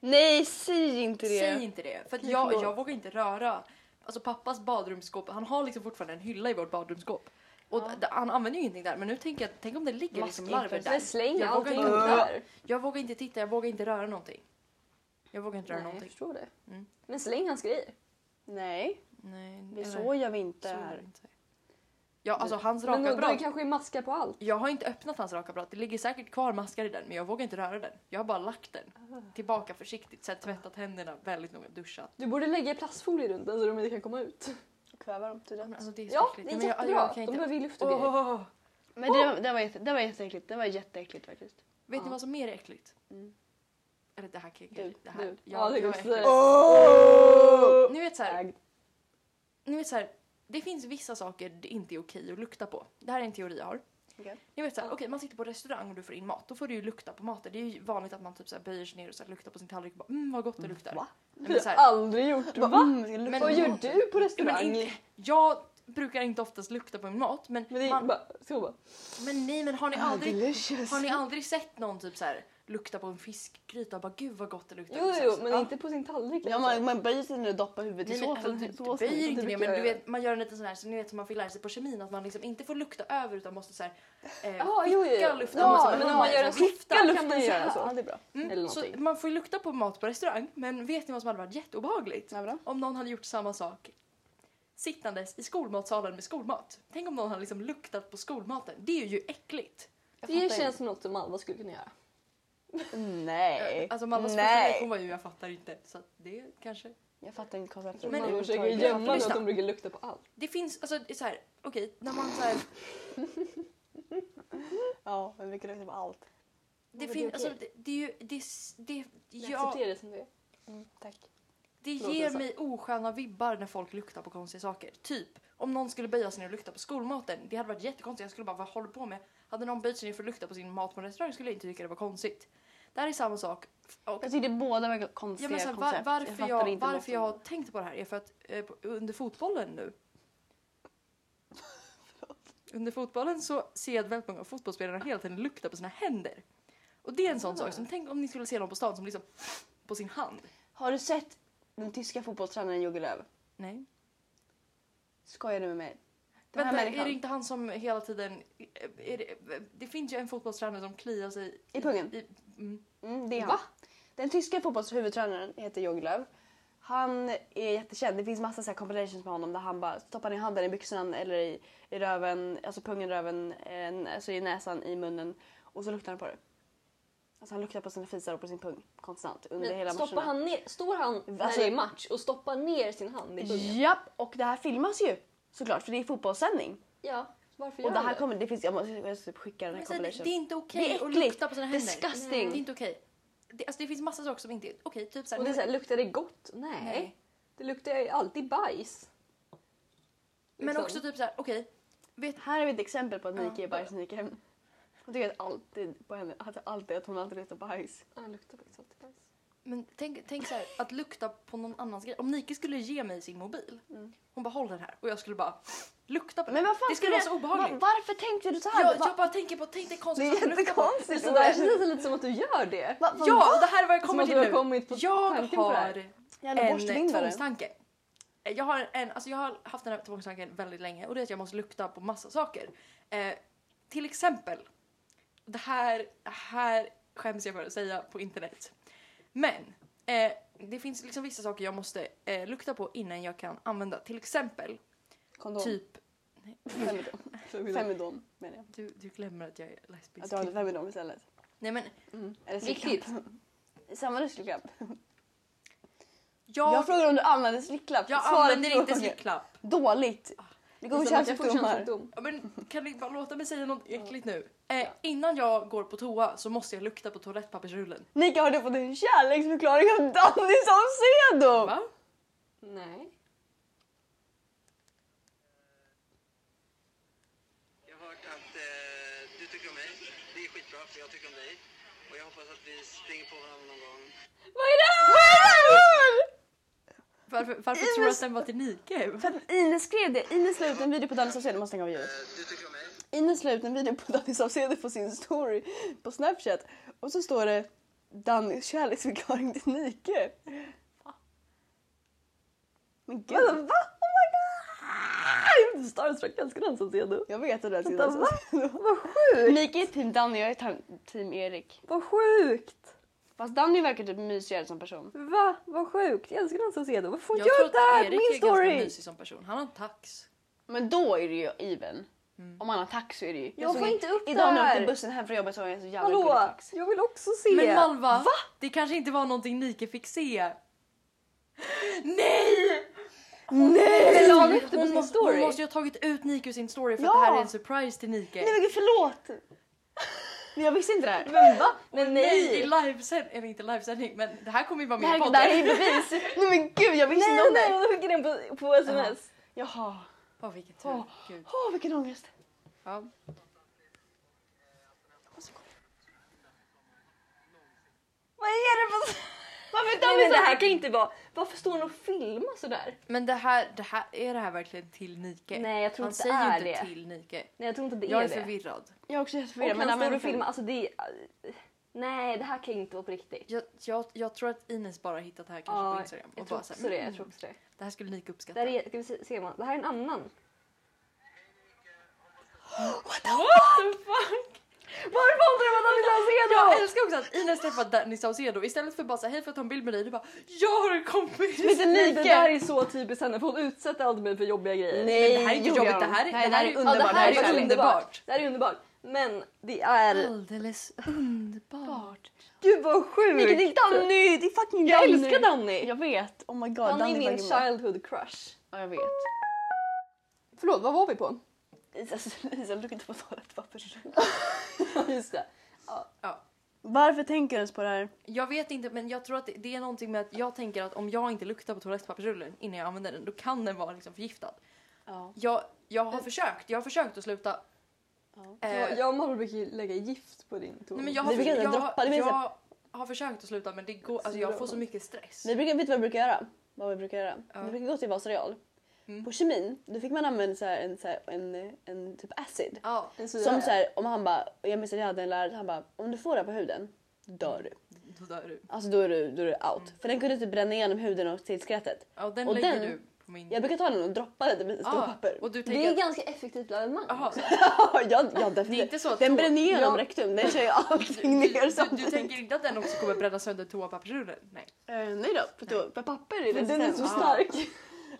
Nej, säg inte det.
Säg inte det, för att
Okej,
jag,
förlåt.
jag vågar inte röra. Alltså pappas badrumsskåp, han har liksom fortfarande en hylla i vårt badrumsskåp. Och
Ja.
d- han använder ju ingenting där men nu tänker jag, tänk om det ligger liksom larver
Maskinfest.
där.
Men släng
Jag vågar
allting
inte.
där.
Jag vågar inte titta, jag vågar inte röra någonting. Jag vågar inte röra
Nej, jag
någonting.
förstår det.
Mm.
Men släng hans grejer.
Nej,
Nej,
det
eller-
så gör vi inte
Så är det
här.
inte. Ja, alltså hans
Men då, då
rakapparat.
kanske är maskar på allt.
Jag har inte öppnat hans rakapparat. Det ligger säkert kvar maskar i den, men jag vågar inte röra den. Jag har bara lagt den tillbaka försiktigt, sen tvättat händerna väldigt noga, duschat.
Du borde lägga plastfolie runt den så de inte kan komma ut.
Kväva dem till
Ja, men
det.
alltså, det är så
Ja, det
äckligt.
är
Nej, men
jättebra.
Jag, jag kan
de
inte...
behöver ju luft och grejer.
Åh!
Men det, det, var jätte, det var jätteäckligt. Det var jätteäckligt faktiskt.
Vet ni
Ja.
vad som är mer är äckligt?
Mm.
Eller det här kan
Du,
jag det här.
du.
Ja, det
var
går
äckligt.
sådär.
Oh!
Ni vet så här,
Ägd.
ni vet så här, det finns vissa saker det inte är okej att lukta på. Det här är en teori jag har.
Okej.
Ni vet såhär, okej man sitter på restaurang och du får in mat, då får du ju lukta på maten. Det är ju vanligt att man typ såhär böjer sig ner och såhär luktar på sin tallrik och bara mm vad gott det luktar.
Va?
Nej,
Det har
men
jag
såhär,
aldrig gjort. Mm,
Va?
Va?
Men,
Men-
Vad gör du på
ja, men
restaurang?
inte, jag brukar inte oftast lukta på min mat men,
Men det är
man,
bara... Så bara.
men nej men har ni
Ah,
aldrig,
delicious.
har ni aldrig sett någon typ såhär lukta på en fiskgryta och bara gud vad gott det luktar.
Jo,
Så här,
jo,
så-
men
ja.
inte på sin tallrik.
Ja, man, man böjer sig när du doppar huvudet
Nej,
i
men, alltså,
såsen.
du, du
såsen.
böjer inte
det
det
brukar
men du
jag göra.
vet, man gör en liten sån här så ni vet som man fick lära sig på kemin att man liksom inte får lukta över utan måste såhär eh,
Ja, Ah, jo, jo, jo.
skicka luften.
Ja,
och så-
men
ja,
om man gör en
liksom,
skicka
skifta.
kan man göra
Ja,
så.
det är bra.
eller
Mm, så
någonting.
man får ju lukta på mat på restaurang men vet ni vad som hade varit jätteobehagligt?
Ja, bra.
Om någon hade gjort samma sak sittandes i skolmatsalen med skolmat. Tänk om någon hade liksom luktat på skolmaten. Det är ju äckligt.
Jag
Det
fattar
känns som något som Alva skulle kunna göra.
inte. Nej.
Alltså mammas första
Nej.
reaktion var ju jag fattar inte. Så att det kanske...
Jag fattar inte konceptet.
Men-
Man försöker
överhuvudtaget.
gömma något,
lyssna.
de brukar lukta på allt.
Det finns, alltså det är så här, okej, när man så här,
Ja, men vi kan lukta på allt.
det
det
finns,
okej?
alltså det, det är ju, det, det,
Jag
ja,
accepterar det som det är.
Mm, tack.
det
förlåt,
ger
jag sa.
mig osköna vibbar när folk luktar på konstiga saker. Typ, om någon skulle böja sig ner och lukta på skolmaten, det hade varit jättekonstigt. Jag skulle bara, vad håller du på med? Hade någon böjt sig ner för att lukta på sin mat på en restaurang skulle jag inte tycka det var konstigt. Det här är samma sak. Och
Jag tycker båda verkar
Ja,
konstiga
men så här, var,
koncept.
varför
fattar
jag,
inte något
varför
som-
jag har tänkt på det här är för att eh, på- under fotbollen nu. under fotbollen så ser jag att väldigt många av fotbollsspelarna hela tiden luktar på sina händer. Och det är en sån
Ah.
sak som, tänk om ni skulle se någon på stan som liksom på sin hand.
Har du sett den tyska fotbollstränaren Jogi Löw?
Nej.
Skojar du med mig? Den här
Vänta, är
människan.
det inte han som hela tiden... eh, Är det, det finns ju en fotbollstränare som kliar sig...
I pungen?
I, mm.
Mm, det är han.
Va?
Den tyska fotbollshuvudtränaren heter Jogi Löw. Han är jättekänd. Det finns massa så här compilations med honom där han bara stoppar ner handen i byxorna eller i, i röven, alltså pungen, röven, eh, alltså i näsan, i munnen och så luktar han på det. Alltså han luktar på sina fisar och på sin pung konstant under hela
Men
matcherna.
stoppar han ner, står han när
Alltså-
det är match och stoppar ner sin hand i pungen?
Japp! Och det här filmas ju såklart för det är fotbollssändning.
Ja, varför
Och
gör
det
han
här
det?
kommer, det finns, jag måste, jag måste typ skicka den här
Men alltså, sen, det
compilationen.
är inte
Det är
okej att
äckligt.
lukta på sina händer.
Disgusting.
Det är inte okej. Det, alltså, det finns massa saker som inte är okej. Typ så här,
Och det är
nu-
så här, luktar det gott? Nej.
Nej.
Det luktar ju alltid bajs.
men
liksom.
också typ så här, okej. vet,
Här har vi ett exempel på att Nike
Ja.
är bajsnyken. Hon tycker att, alltid på henne, att, alltid, att hon alltid luktar bajs.
Ja, det luktar faktiskt alltid bajs.
men tänk, tänk så här, att lukta på någon annans grej. Om Nike skulle ge mig sin mobil.
Mm.
Hon bara håll den här och jag skulle bara lukta på den.
Men vad fan
det skulle vara så obehagligt.
Va- varför tänkte du så här?
jag,
Va-
jag bara tänker på, tänk dig
det
konstigt
är jättekonstigt
Så
det
det här
där.
känns lite som att du gör det.
Va- va-
Ja, och det här är vad jag
Som
kommer
att
till
du har
nu.
Alltså, kommit på
Jag
tanken på det här.
har
Jävla
en eh,
borstvindare.
tvångstanke. Jag har, en, alltså jag har haft den här tvångstanken väldigt länge och det är att jag måste lukta på massa saker. Eh, till exempel, det här, här skäms jag för att säga på internet. Men eh, det finns liksom vissa saker jag måste eh, lukta på innan jag kan använda. Till exempel
Kondom.
typ...
Femidom. Femidom menar jag.
Du, du glömmer att jag är lesbisk.
Att jag har femidom istället.
Nej men
Mm. Eller
Viktigt.
slicklapp. Samma du slicklapp.
jag,
Jag frågar om du använder slicklapp.
jag
Svaret
använder inte Ah.
var-
slicklapp.
Dåligt. Det går
Det är som att jag får
könssjukdomar.
könssjukdom.
Ja, men kan ni bara låta mig säga något äckligt nu? Eh, innan jag går på toa så måste jag lukta på toalettpappersrullen.
Nika har du fått en kärleksförklaring av Danny Saucedo!
Va?
Nej.
Jag har hört att eh, du tycker om mig. Det är skitbra för jag tycker om dig. Och jag hoppas att vi springer på varandra någon gång.
Vad är det här?
Varför, varför
Ines-
tror du att den var till Nike?
För att Ines skrev det. Ines la ut en video på Danny Saucedo. Jag Måste stänga av ljudet.
Eh, du tycker om mig.
Ines la ut en video på Danny Saucedo på sin story på Snapchat. Och så står det Dannys kärleksförklaring till Nike. Men gud.
Vadå, va? Oh my god! Jag är starstruck, jag älskar den som ser du.
Jag vet att du älskar
Vänta,
Danny
va?
Saucedo.
Vad sjukt!
Nike är team Danny jag är tan- team Erik.
Vad sjukt!
Fast Danny verkar typ mysigare som person.
Va? Vad sjukt! Jag älskar den som ser det. Varför får jag,
Jag tror
jag
att
där?
Erik
Min
är ganska
story!
mysig som person. Han har en tax.
Men då är det ju even. Om man har tax så är det ju.
Alltså,
Alltså,
Jag får
såg-
inte upp det
Idag när jag
här.
åkte bussen hem från jobbet så var jag så jävla gullig
Hallå!
tax.
Jag vill också se!
Men Malva, det kanske inte var någonting Nike fick se. Nej!
Nej!
la hon upp det på
Hon
sin
måste, hon
story?
måste ju ha tagit ut Nike ur sin story för
Ja.
att det här är en surprise till Nike.
Nej men gud, förlåt! Men jag visste inte det här.
Men va? Men
Nej, i
nej!
livesändning, eller inte livesändning men det här kommer ju vara
Det
med i
här,
podden.
det här är bevis. Nej men gud jag visste inte
Nej,
om det.
nej,
här.
hon skickade den på, på sms.
Jaha.
Åh vilken tur.
Åh.
Gud.
Åh vilken ångest.
Ja.
Vad är det för...
Varför
Nej, men det här kan inte vara... Varför står hon och filmar sådär?
Men det här, det här, är det här verkligen till Nike?
Nej, jag tror
Han
inte det
säger
är
ju inte
det.
till Nike.
Nej, jag tror inte det
Jag
är,
är
det.
förvirrad.
Jag är också jätteförvirrad.
Och han står
men-
och filmar. Alltså det är... Nej, det här kan ju inte vara på riktigt.
Jag, jag, jag tror att Ines bara hittat det här kanske på Instagram.
jag
och
tror
bara
också
så här,
det. Jag
mm,
tror också det.
Det här skulle Nike uppskatta.
Där är, ska vi se, ser man. Det här är en annan.
What the fuck?
Varför undrar man att han inte har
Jag älskar också att Ines träffar Danny Saucedo istället för bara säga hej för att ta en bild med dig. Du bara jag har en kompis.
Men det är
Nej,
Nike.
det där är så typiskt henne för hon utsätter alltid mig för jobbiga grejer.
Nej,
Men det här är inte
gjorde
jobbigt,
jag.
det här är-
Nej,
det här
är
är-
Ja,
underbart.
det här
Det här
är
är
underbart.
underbart.
Det här är underbart. Men det är...
Alldeles underbart.
Gud vad sjukt!
Vilket är Danny! Det är fucking
Jag
Danny.
älskar Danny!
Jag vet. Oh my god.
Han
Danny
är min
fucking bra.
childhood crush.
Ja jag vet.
Förlåt, vad var vi på?
Isa, Isa lukta på toalettpapper.
Just det.
Ja.
Varför tänker du ens på det här?
Jag vet inte men jag tror att det- det är någonting med att jag tänker att om jag inte luktar på toalettpappersrullen innan jag använder den då kan den vara liksom förgiftad.
Ja.
Jag, jag
Mm.
har försökt, jag har försökt att sluta. Eh,
Jag, jag och Malou brukar ju lägga gift på din ton.
Nej, men jag har,
Vi brukar
jag,
droppa, det
jag,
finns
har försökt att sluta men det går, alltså, jag får så mycket stress.
Vi brukar, vet du vad vi brukar göra? Vad vi brukar göra?
Ja.
Vi brukar gå till Vasareal.
Mm.
På kemin, då fick man använda så här, en, så här, en, en typ acid.
Ja,
En syra.
Som så här, om han bara, jag minns att jag hade en lärare, han bara om du får det här på huden, då dör du. Mm.
då dör du.
Alltså då är du, då är du out. För den kunde typ bränna igenom huden och till skelettet.
Ja, den
Och
lägger
den-
du på min...
Jag brukar ta den och droppa den med
Ah,
ah, papper.
Och du
Det är
tänker...
ganska effektivt lavemang.
Jaha,
ja, ja, definitivt.
Det är inte så att
den
tå-
bränner igenom
Ja.
rektum. Den kör ju allting
du,
ner
du, du, du
samtidigt.
tänker inte att den också kommer bränna sönder toapappersrullen? Nej.
Eh, nej då, för, då, för papper är
Den är
resistent.
så
Ja.
stark.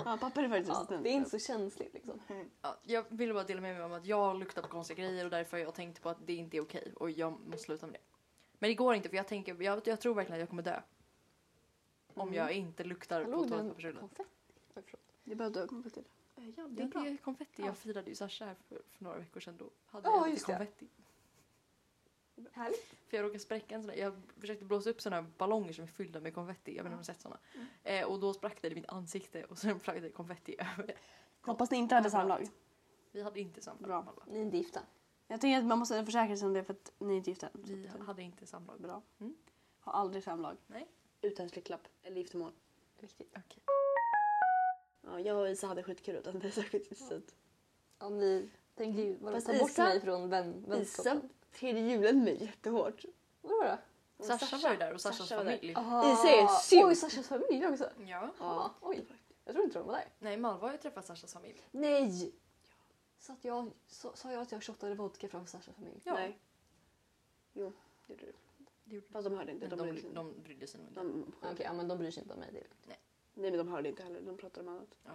Ja, papper är faktiskt Mm.
Ja,
resistent.
det är inte så känsligt liksom.
Ja, jag ville bara dela med mig om att jag luktar på konstiga grejer och därför har jag tänkt på att det inte är okej och jag måste sluta med det. Men det går inte för jag tänker, jag, jag tror verkligen att jag kommer dö. Om jag inte luktar
Mm. Hallå,
på
den-
toapappersrullen.
Konfetti. Oj, förlåt.
Det börjar dö konfetti.
Ja,
Det är, det är konfetti. Jag firade ju Sasha här för, för några veckor sedan. Då hade
Ja,
jag
just
lite
det.
konfetti.
Härligt.
För jag råkade spräcka en sån där. Jag försökte blåsa upp såna här ballonger som är fyllda med konfetti. Jag vet inte om ni har sett såna.
Mm.
Eh, och då sprack det i mitt ansikte och sen sprack det konfetti över.
Hoppas ni inte hade samlag.
Vi hade inte samlag.
Bra.
Malva.
Ni är inte gifta.
Jag tänker att man måste försäkra sig om det för att ni är inte gifta än.
Vi hade inte samlag.
Bra.
Mm.
Ha aldrig samlag.
Nej.
Utan släktklapp eller giftermål.
Viktigt.
Okej.
Ja, jag och Isa hade skitkul utan det är särskilt intressant.
Ja, ni tänker ju bara
Fast
ta bort
Isa-
mig från vän,
Isa
vänskapen.
tredje julen mig jättehårt.
Vadå då?
Och
Sasha, var ju där och Sashas
Sasha var där.
familj.
Aha.
Isa är synd.
Oj, Sashas familj också.
Ja.
Ja.
Ja.
Oj, jag tror inte de var där.
Nej, Malva har ju träffat Sashas familj.
Nej! Så att jag, så, sa jag att jag shottade vodka framför Sashas familj?
Ja.
Nej. Jo, det gjorde du.
Det gjorde
Fast de hörde inte.
Men de,
De, brydde sig
bry-
inte.
de brydde sig nog inte.
de,
Okej, ja, men de bryr sig inte om mig. Det är lugnt.
Nej, men de hörde inte heller. De pratade om annat.
Ja.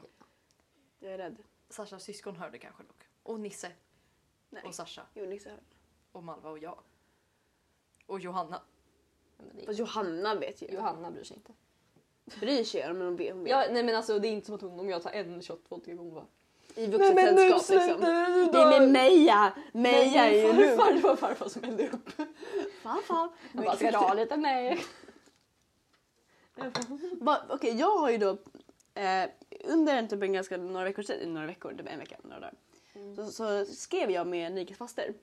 Jag är rädd.
Sashas syskon hörde kanske dock. Och Nisse
Nej.
och Sasha
Jo, Nisse hörde.
och Malva och jag. Och Johanna.
Ja, men det är,
Fast Johanna vet ju.
Johanna bryr sig inte.
bryr sig om hon ber. Hon ber.
Ja, nej men alltså det är inte som att hon, om jag tar en shot vodka kommer hon bara
I vuxet sällskap liksom.
du
Nej men Meja! Meja är ju lugn.
farfar, det var farfar som hällde upp.
Farfar.
Han bara, ska du ha lite mer?
Bara- Okej, jag har ju då eh, under en, typ en ganska några veckor sedan, några veckor, typ en vecka, några dagar.
Mm.
Så, så skrev jag med Nikes faster.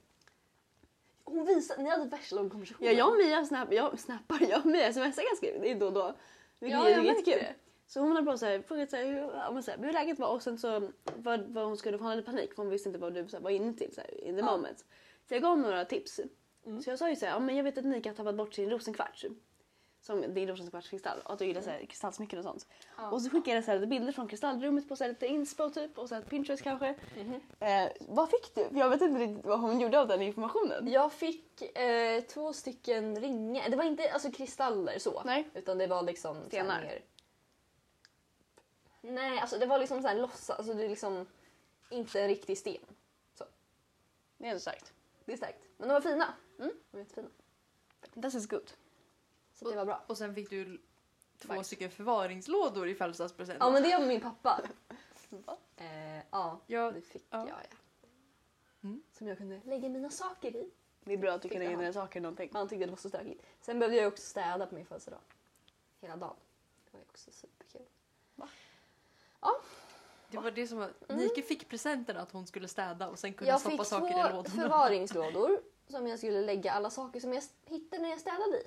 Hon visade, ni hade värsta långkonversationer.
Ja, jag och Mia snapp, jag, snappar, jag och Mia smsar ganska det är då och då. Vilket
Ja, jag
jag tycker är
märkte
jättekul.
det.
Så hon hade bara så här, frågat så här, hur, ja, men så här, hur läget var och sen så vad, vad hon skulle, för hon hade panik för hon visste inte vad du så här, var inne till så här, in the
Ja.
moment. Så jag gav några tips.
Mm.
Så jag sa ju så här, ja, men jag vet att Nika har tappat bort sin rosenkvarts. Som din rosenkvartskristall och att du gillar så här, kristallsmycken och sånt.
Ja.
Och så skickade jag så här, lite bilder från kristallrummet på så här, lite inspo typ och så här, Pinterest kanske. Eh, vad fick du? För jag vet inte riktigt vad hon gjorde av den informationen.
Jag fick eh, två stycken ringar. Det var inte alltså, kristaller så.
Nej.
Utan det var liksom... så här
Stenar.
mer- Nej, alltså det var liksom så här låtsas. Alltså det är liksom inte en riktig sten.
Det är ändå starkt.
Det är starkt. Men de var fina. Mm, De var jättefina.
This is good.
Så det var bra.
Och sen fick du två
Tack.
stycken förvaringslådor i födelsedagspresent.
Ja, men det var min pappa.
Va?
Eh, ja,
Ja,
det fick
ja.
jag ja.
Mm.
Som jag kunde lägga mina saker i.
Det är bra att du kan
Fick
lägga
jag.
dina saker i någonting.
Han tyckte det var så stökigt. Sen behövde jag också städa på min födelsedag. Hela dagen. Det var ju också superkul.
Det var det som var... Nike fick presenten att hon skulle städa och sen kunde
Mm. jag
stoppa
fick
saker i
två
lådorna.
förvaringslådor som jag skulle lägga alla saker som jag hittade när jag städade i.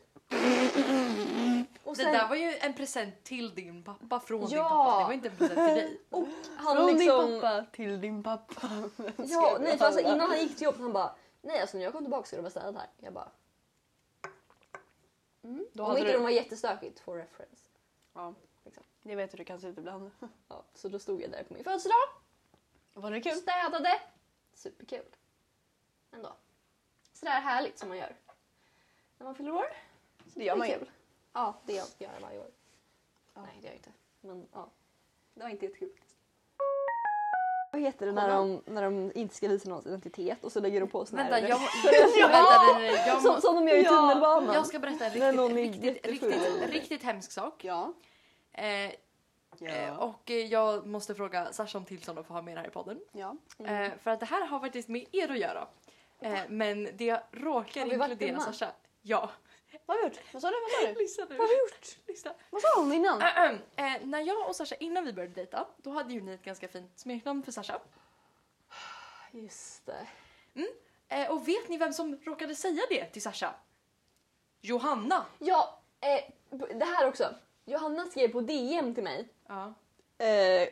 Och
Det där var ju en present till din pappa från din
Ja.
pappa. Det var inte en present till dig.
och han
Från
liksom...
din pappa till din pappa.
Ja, nej, för alltså, innan han gick till jobbet han bara Nej alltså när jag kom tillbaka skulle det vara städat här. Jag bara... Mm.
Då
Om
hade
inte
du-
de var jättestökigt, for reference.
Ja,
Liksom.
jag vet hur det kan se ut ibland.
Ja, så då stod jag där på min födelsedag,
Var det kul?
städade. Superkul. Ändå. Sådär härligt som man gör. När man fyller år.
Det gör man ju.
kul. Ja, det gör jag varje år.
Ja.
Nej, det gör jag inte. Men ja. Det var inte jättekul.
Vad heter
När de, när de inte ska visa någons identitet och så lägger de på såna
Vänta,
här...
jag, jag, vänta, nej, nej, jag,
Som,
må-
som de gör i
Ja,
tunnelbanan.
jag ska berätta en
Men hon är
riktigt, riktigt,
jättefull.
riktigt, riktigt hemsk sak.
Ja.
Eh, eh,
Ja.
och eh, jag måste fråga Sasha om tillstånd att få ha med det här i podden.
ja.
Mm.
Eh, för att det här har faktiskt med er att göra. Eh, men det råkar
Har vi varit
inkludera
dumma?
Sasha. Ja.
Vad har vi gjort? Vad sa du? Vad sa du? Alltså,
Lyssna nu. Vad har vi gjort? Lyssna.
Vad sa hon innan?
Ahem. eh, när jag och Sasha innan vi började dejta, då hade ju ni ett ganska fint smeknamn för Sasha.
Just det.
Eh, och vet ni vem som råkade säga det till Sasha? Johanna!
Ja, eh, det här också. Johanna skrev på DM till mig.
Ja.
Eh,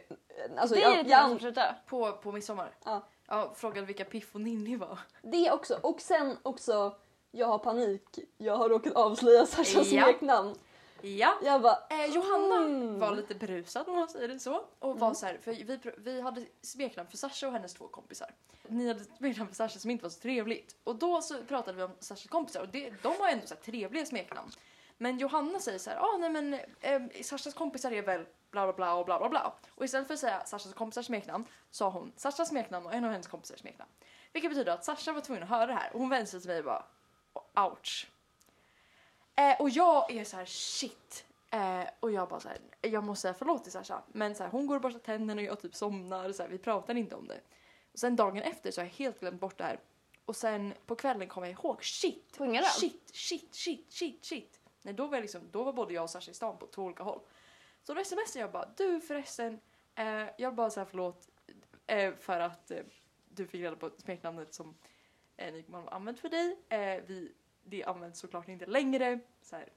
alltså,
Det
jag-
är lite
jag-
jag som försökte.
På, på midsommar.
Ja.
Ja, frågade vilka Piff och Ninni var.
Det också. Och sen också, jag har panik. Jag har råkat avslöja Sashas
Ja.
smeknamn.
Ja.
Jag bara...
Eh, Johanna
Mm.
var lite berusad om man säger det så. Och var så här, för vi, pr- vi hade smeknamn för Sasha och hennes två kompisar. Ni hade smeknamn för Sasha som inte var så trevligt. Och då så pratade vi om Sashas kompisar och det, de har ändå så här trevliga smeknamn. Men Johanna säger så här, ah, nej men eh, Sashas kompisar är väl bla bla bla och bla bla bla. Och istället för att säga Sashas kompisars smeknamn sa hon Sashas smeknamn och en av hennes kompisars smeknamn. Vilket betyder att Sasha var tvungen att höra det här och hon vände sig till mig och bara ouch. Eh, och jag är så här shit. Eh, och jag bara så här, jag måste säga förlåt till Sasha. Men så här, hon går och borstar tänderna och jag typ somnar. Så här, vi pratar inte om det. Och sen dagen efter så har jag helt glömt bort det här. Och sen på kvällen kom jag ihåg shit,
Pungade?
shit, shit, shit, shit, shit. Nej, då, var jag liksom, då var både jag och Sasha i stan på två olika håll. Så då smsade jag bara, du förresten, eh, jag bara så här förlåt eh, för att eh, du fick reda på smeknamnet som eh, Nick Malm har använt för dig. Eh, vi, det används såklart inte längre. Så här,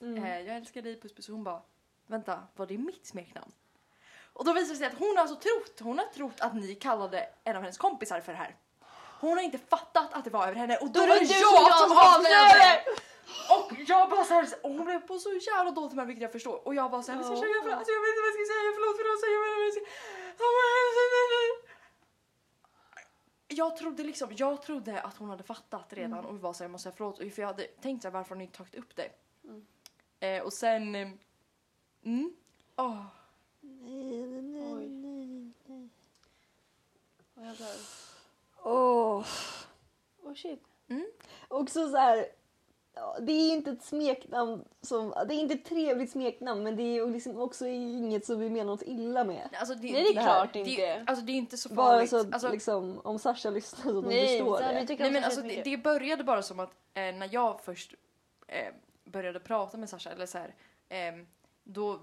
eh, jag älskar dig, puss puss. Och hon bara, vänta, var det mitt smeknamn? Och då visar det sig att hon har alltså trott, hon har trott att ni kallade en av hennes kompisar för det här. Hon har inte fattat att det var över henne och
Då
då, var
var
det
det du
jag
som jag
som
som avslöjade
avslöjade!
det!
Och jag bara såhär, och hon blev på så jävla dåligt humör vilket jag förstår. Och jag bara såhär, Sasha jag förlåt, alltså, jag vet inte vad jag ska säga, förlåt, förlåt, Sasha, jag vet inte vad jag ska jag trodde liksom, jag trodde att hon hade fattat redan
Mm.
och vi var såhär, jag måste säga förlåt. Och För jag hade tänkt såhär, varför har ni inte tagit upp det?
Mm.
Eh, och sen... eh, Mm. Åh.
Oj. Åh jävlar.
Åh.
Åh shit.
Också så här... ja, Det är inte ett smeknamn som... Det är inte ett trevligt smeknamn men det är ju liksom också inget som vi menar något illa med.
Alltså, det,
Nej det är
här-
klart
det,
inte.
Alltså det är inte så
Bara
farligt.
så att
alltså,
liksom, om Sasha lyssnar så att hon
Nej,
förstår
så
det.
vi tycker
Nej
om
men
Sasha
alltså det,
jättemycket.
det började bara som att eh, när jag först eh, började prata med Sasha, eller så här, ehm, då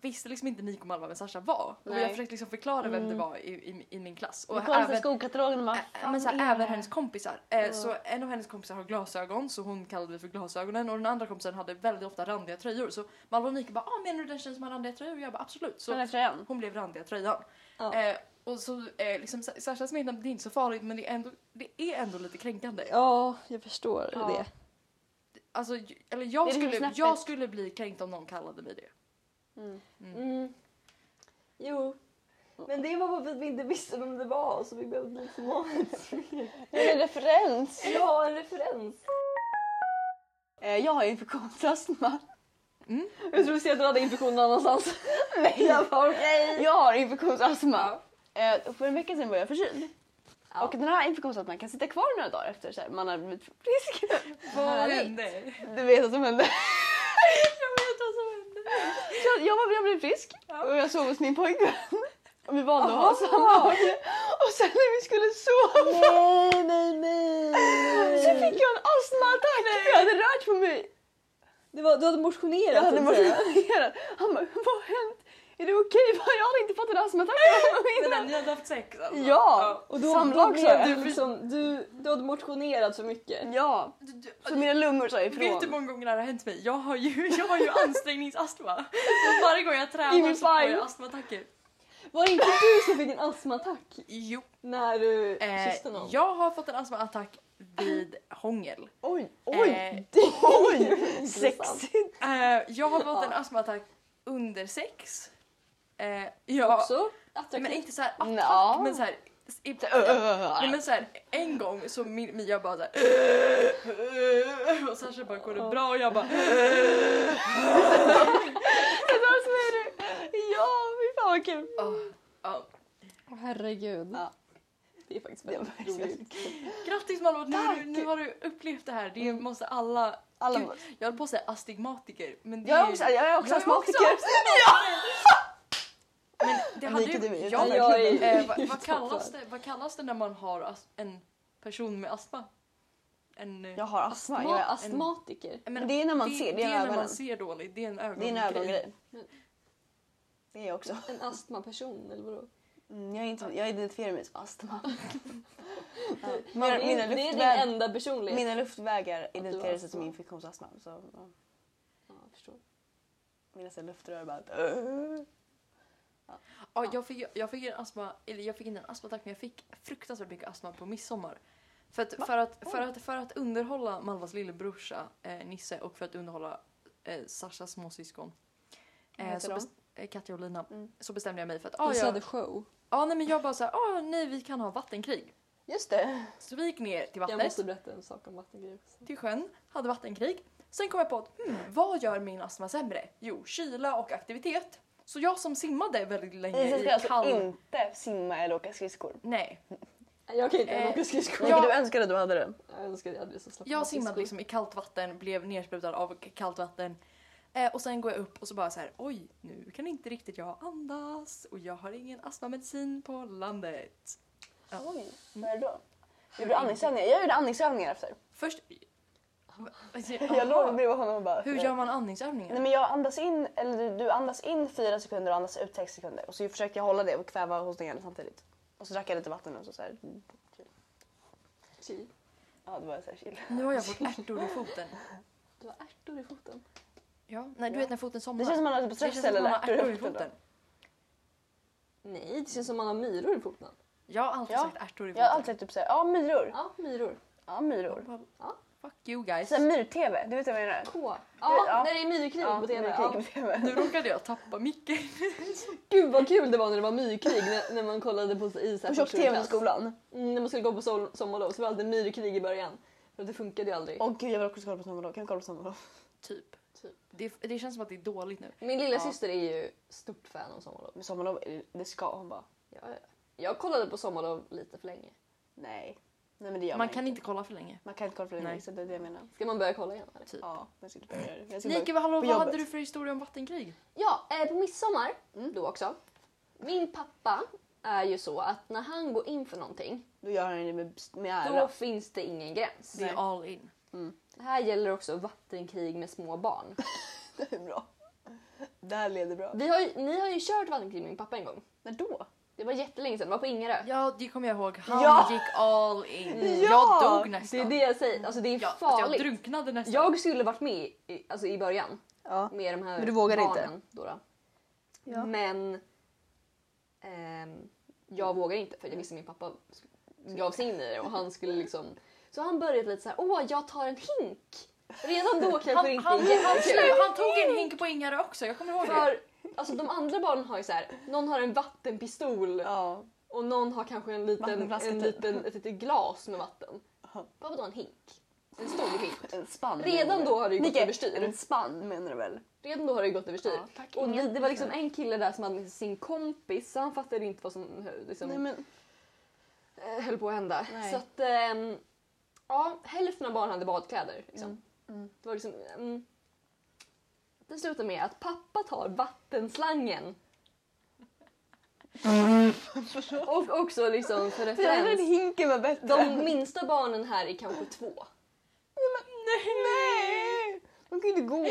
visste liksom inte Nico Malva vem Sasha var. Och
Nej. Mm.
jag försökte liksom förklara vem det var i, i, i min klass. Och
Vi kollar
även-
även... skolkatalogen och bara,
Ä- men så
"Fan, vad
här,
är
även
det?"
hennes kompisar. Eh, Så en av hennes kompisar har glasögon så hon kallade vi för glasögonen och den andra kompisen hade väldigt ofta randiga tröjor så Malva och Nika bara ah, “menar du den tjejen som har randiga tröjor?” och jag bara “absolut”.
Den
Så
här tröjan.
hon blev randiga tröjan.
Ja.
Eh, och så eh, liksom Sa- Sashas meddelande, det är inte så farligt men det är ändå, det är ändå lite kränkande.
Ja, jag förstår
Ja.
det.
Alltså, j- eller jag,
Det är
skulle,
snäppet.
jag skulle bli kränkt om någon kallade mig det.
Mm. Jo. Men det var bara för att vi inte visste vem det var så vi behövde liksom ha en,
Det är en referens.
ja, en referens.
Eh, Jag har infektionsastma.
Jag tror att du hade infektion någon annanstans.
Nej.
Jag bara okej.
Jag har infektionsastma. Eh, För en vecka sedan var jag förkyld. Och den här infektionsastman kan sitta kvar några dagar efter så här, man har blivit frisk.
Härligt.
Nej.
Du vet vad som hände.
Jag vet vad som hände.
Så jag, jag, var, jag blev frisk och jag sov hos min pojkvän. Och vi valde att ha
Aha.
samlag. Och sen när vi skulle sova
Nej, nej, nej.
så fick jag en astmaattack. för Jag hade rört på mig.
Det var, du hade motionerat.
Jag hade
så att säga.
motionerat. Han bara, vad har hänt? Är det okej? Jag hade inte fått en astmaattack innan.
Ni hade haft sex alltså.
Ja,
Och då, då
samlag sa
blev
jag.
du liksom, du, du hade motionerat så mycket.
Ja,
Du- du-
så mina lungor sa ifrån.
Vet du hur många gånger det här har hänt mig? Jag har ju, jag har ju ansträngningsastma. Så varje gång jag tränar
I min
så får
fine.
jag astmaattacker.
Var det inte du som fick en astmaattack
Jo.
när du
Eh,
kysste någon?
jag har fått en astmaattack vid hångel.
Oj,
Eh,
oj,
eh,
oj!
intressant.
Sexigt!
jag har fått en astmaattack under sex. Eh, jag,
Också
men
attraktivt.
inte så här attack,
Nja.
men så här... i- Nej, men så här, en gång så min, Mia bara såhär och Sasha bara går det bra och jag bara
Idag så är det... Ja, fy fan vad kul!
"Åh, ja.
Åh, herregud.
Ja.
Det är faktiskt
Det var
väldigt roligt.
Grattis Malva, nu, har du-
Tack! Mm.
nu har du upplevt det här. Det måste alla...
Alla
Gud,
måste-
jag höll på att säga astigmatiker. Men det
Jag
ju-
är också, jag är också
Jag är
astmatiker.
också Men det hade
Vilket är
ju...
mitt.
Jag,
Jag är-
eh, vad, vad, kallas det, vad kallas det när man har as, en person med astma? En... eh,
Jag har astma. Jag
Ma-
är
astmatiker.
jag
det är när man ser, det är
när man
ögonen.
ser dåligt. Det är en ögongrej.
det är en ögongrej. Det är jag också.
En astmaperson eller vadå?
Mm, jag, är inte, jag identifierar mig som astma. Ja.
Det
Mina, mina,
är, det är din
luftvägar,
enda personlighet.
mina luftvägar
har
identifierar sig
astma.
som infektionsastma. Så, ja.
Ja, jag förstår.
Mina så här luftrör bara... "Äh." "Åh."
Ja, jag fick, jag fick en astma, eller jag fick inte en astmaattack men jag fick fruktansvärt mycket astma på midsommar. För att, för att, för att, för att underhålla Malvas lillebrorsa eh, Nisse och för att underhålla eh, Sashas småsyskon.
Vad heter
så
de?
bes- eh, Katja och Lina.
Mm.
Så bestämde jag mig för att
Ah,
ah,
och
jag,
Södersjö.
ah, nej, men jag bara så här, ah, nej vi kan ha vattenkrig.
Just det.
Så vi gick ner till vattnet.
Jag måste berätta en sak om vattengrejer.
till sjön, hade vattenkrig. Sen kom jag på att hmm, vad gör min astma sämre? Jo, kyla och aktivitet. Så jag som simmade väldigt länge
Isa
i
ska alltså
kall...
inte simma eller åka skridskor.
Nej,
Jag kan inte
Eh,
åka skridskor.
Ja.
Vilket du önskade du hade det.
Jag önskar jag hade det så slappnat
jag
skridskor.
simmade liksom i kallt vatten, blev nersprutad av k- kallt vatten. Eh, och sen går jag upp och så bara så här, oj, nu kan inte riktigt jag andas och jag har ingen astmamedicin på landet. Ja.
Oj, vad är det då? Gjorde du andningsövningar? Jag gjorde andningsövningar efter.
Först... "Ah,
Jag Mm. låg bredvid honom och bara...
Hur gör man
Nej
andningsövningar?
men jag andas in, eller du, du andas in fyra sekunder och andas ut sex sekunder. Och så försökte jag hålla det och kväva hostningarna samtidigt. Och så drack jag lite vatten och så, så här.
Chill.
Ja det var så här chill.
Nu har jag fått ärtor i foten.
Du har ärtor i foten.
Ja, nej, du
Ja.
vet när foten
Det
somnar.
känns som man har typ
Det känns
stress
som
eller
man har
lärtor
ärtor
i foten.
Nej, det känns som man har myror i foten.
Jag har alltid
Ja.
sagt ärtor i
Jag har alltid typ såhär, ja myror.
Ja, myror.
Ja myror.
Bara,
Ja.
Fuck you guys.
Såhär myr-tv, du vet vad jag menar?
K.
Ja.
Ja, nej, myrkrig på tv.
myrkrig
Ja.
på TV.
Nu råkade jag tappa micken.
Gud vad kul det var när det var myrkrig när, när man kollade på i så här
På tjock-tv i
förskoleklass.
skolan.
Mm, när man skulle gå på sol, sommarlov så var det alltid myrkrig i början. För det funkade ju aldrig.
Åh gud jag vill också kolla på sommarlov, kan vi kolla på sommarlov?
Typ.
Typ.
Det, det känns som att det är dåligt nu.
Min lilla
Ja.
syster är ju stort fan av sommarlov.
Men sommarlov, det ska hon bara.
Ja, ja. Jag kollade på sommarlov lite för länge.
Nej. Nej men det gör
Man kan inte kolla för länge.
Man kan inte kolla för
Nej.
länge, så det är det jag menar.
Ska man börja kolla igen? Eller?
Typ.
Ja, jag ska inte börja göra det. Jag ska börja-
Nike, vad, hallå,
på
vad hade
jobbet.
du för historia om vattenkrig?
Ja, eh, på midsommar då också. Min pappa är ju så att när han går in för någonting
Då gör han det med, med
då
ära.
finns det ingen gräns.
Det är all in.
Det här gäller också vattenkrig med små barn.
Det är bra. Det här leder bra.
Vi har ju, ni har ju kört vattenkrig med min pappa en gång.
När då?
Det var jättelänge sedan, det var på Ingarö.
Ja, det kommer jag ihåg. Han
Ja!
gick all in.
Ja!
Jag dog
Mm. Det är
nästan.
det jag säger, alltså det är
Ja, att jag
farligt. Jag,
drunknade nästan.
skulle varit med i, alltså i början
Ja.
med de här
Men du vågade
barnen.
inte?
Då då.
Ja.
Men ehm, jag vågade inte för jag visste att min pappa sk- gav sig in i det och han skulle liksom... Så han började lite så här: åh jag tar en hink. Redan då kanske det
han, han,
inte är
han,
jättekul.
han tog en hink på Ingarö också, jag kommer ihåg det.
För alltså, de andra barnen har ju så här, någon har en vattenpistol
Ja.
och någon har kanske en liten,
Vattenflaska
en
typ.
liten, ett litet glas med vatten.
Ja.
Vad var då en hink? En stor hink.
En spann.
Redan då har det ju gått
Nike,
överstyr.
en spann menar du väl?
Redan då har det gått överstyr.
Ja, tack,
och
Inga.
det, det var liksom en kille där som hade med sig sin kompis så han fattade inte vad som liksom,
Nej men
eh, höll på att hända.
Nej.
Så att, ehm, ja, hälften av barnen hade badkläder. Liksom.
Mm. Mm.
Det var liksom, mm. Det slutar med att pappa tar vattenslangen. och också liksom för referens.
hinken var bättre.
De minsta barnen här är kanske två.
Nej! De kan ju inte gå.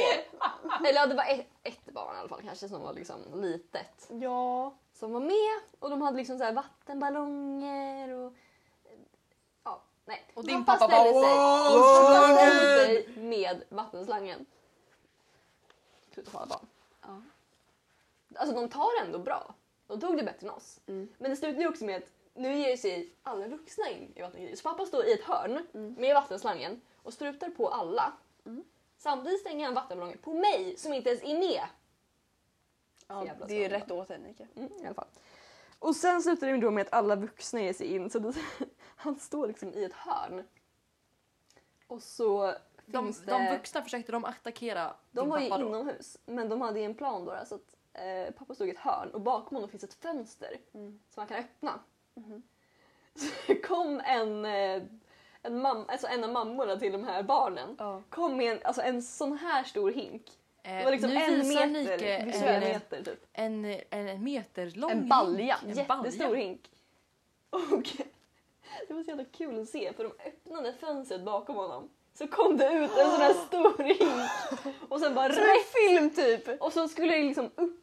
Eller ja, det var ett, ett barn i alla fall kanske som var liksom litet.
Ja.
som var med och de hade liksom så här vattenballonger och... Ja, nej.
Och din pappa bara,
ställde sig, pappa ställde sig med vattenslangen. Sluta tala barn.
Ja.
Alltså de tar det ändå bra. De tog det bättre än oss.
Mm.
Men det slutar ju också med att nu ger sig alla vuxna in i vattenkrig. Så pappa står i ett hörn
Mm.
med vattenslangen och strutar på alla. Samtidigt stänger han vattenballonger på mig som inte ens är med. Så jävla
det är ju
spännande.
rätt åt dig Nike.
Mm, i alla fall. Och sen slutar det då med att alla vuxna ger sig in så det, han står liksom i ett hörn. Och så
De,
finns det...
de vuxna försökte de attackera
de
din
var ju
pappa då.
inomhus men de hade ju en plan då så att eh, pappa stod i ett hörn och bakom honom finns ett fönster
Mm.
som man kan öppna.
Mm-hmm.
Så det kom en, eh, en, mam, alltså en av mammorna till de här barnen
Ja.
kom med en, alltså en sån här stor hink. Det
Eh,
var liksom
nu
en
visar
meter,
Nike
en
en,
meter typ.
en, en, en meter lång
En balja.
hink. En balja.
Jättestor hink. Och det var så jävla kul att se för de öppnade fönstret bakom honom. Så kom det ut en sån här stor hink. Och sen bara
Som en
rätt.
film typ.
Och så skulle det liksom upp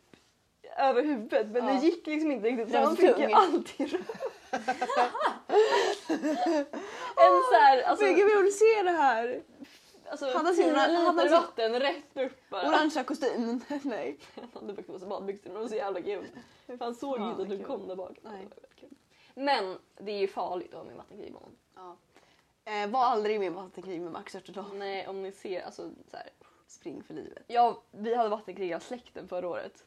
över huvudet men
Ja.
det gick liksom inte riktigt. Så
Den var
han fick
tung.
ju alltid röra. En så här, alltså,
Men gud jag vill se det här.
alltså
han har sin-
fyra
han har
liter
sin-
vatten rätt upp bara.
Orangea kostymen. Nej.
Han hade brukar vara så badbyxor men det var så jävla kul. För han såg ju
Fan,
inte att
vad
du
kul.
kom där bak.
Nej.
Det var väldigt kul. Men det är ju farligt att ha med vattenkrig med honom.
Ja. Eh, var aldrig med i vattenkrig med Max Örtendahl.
Nej, om ni ser, alltså så här, Spring för livet. Ja, vi hade vattenkrig av släkten förra året.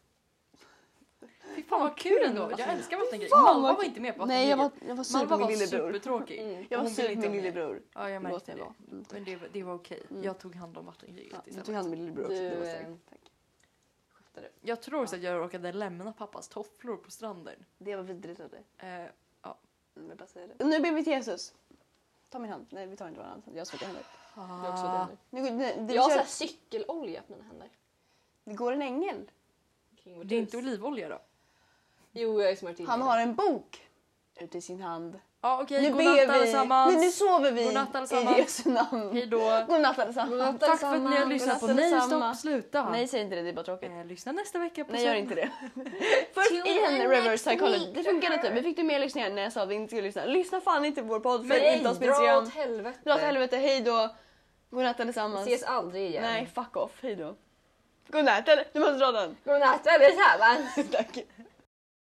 Fy fan vad kul ändå.
Alltså,
Jag älskar vattenkrig.
fan vad
Mamma var
kul.
inte med på
Nej jag
vattenkriget.
var, jag var sur
Mamma
på min
var
lillebror.
supertråkig.
Mm.
Jag var
Hon ville
sur på
inte
min
vara med.
lillebror.
Ja, jag
Låt
märkte
mig
det.
vara. Mm.
Men det, var- det var okej.
Mm.
Jag tog hand om vattenkriget
Ja, jag
istället.
tog hand om min lillebror också.
Du,
det var
eh,
starkt. Tack.
Jag tror också att jag råkade lämna pappas tofflor på stranden.
Det var vidrigt av dig.
Eh,
Mm, jag bara säger det. Nu ber vi till Jesus. Ta min hand. Nej vi tar inte varandra. Jag skakar händer.
Det är också det.
Nu, går- nej, det,
Jag har
kör-
såhär cykelolja på mina händer.
det går en ängel.
Mm.
Kring vårt
det är inte
hus.
olivolja då?
Jo, jag är smart
Han har en bok ute i sin hand.
Ja okej,
nu
godnatt
ber vi.
allesammans.
Nu, nu sover vi
Godnatt allesammans.
i Jesu namn.
Hej då.
Godnatt allesammans.
Tack för att ni har
allesammans.
lyssnat på
Godnatt
Nej
allesammans.
stopp sluta.
Nej säg inte det, det är bara tråkigt.
Eh, lyssna nästa vecka på
Nej gör
söndag.
inte det. Först igen reverse psychology. Det funkar inte. Vi fick du mer lyssningar när jag sa att vi inte skulle lyssna. Lyssna fan inte på vår podd för
Nej,
inte oss på
dra åt
Instagram.
helvete.
Dra åt helvete, hej då. Godnatt allesammans.
Ses aldrig igen.
Nej fuck off, hej då. Godnatt eller? Du måste dra den.
Godnatt allesammans.
Tack.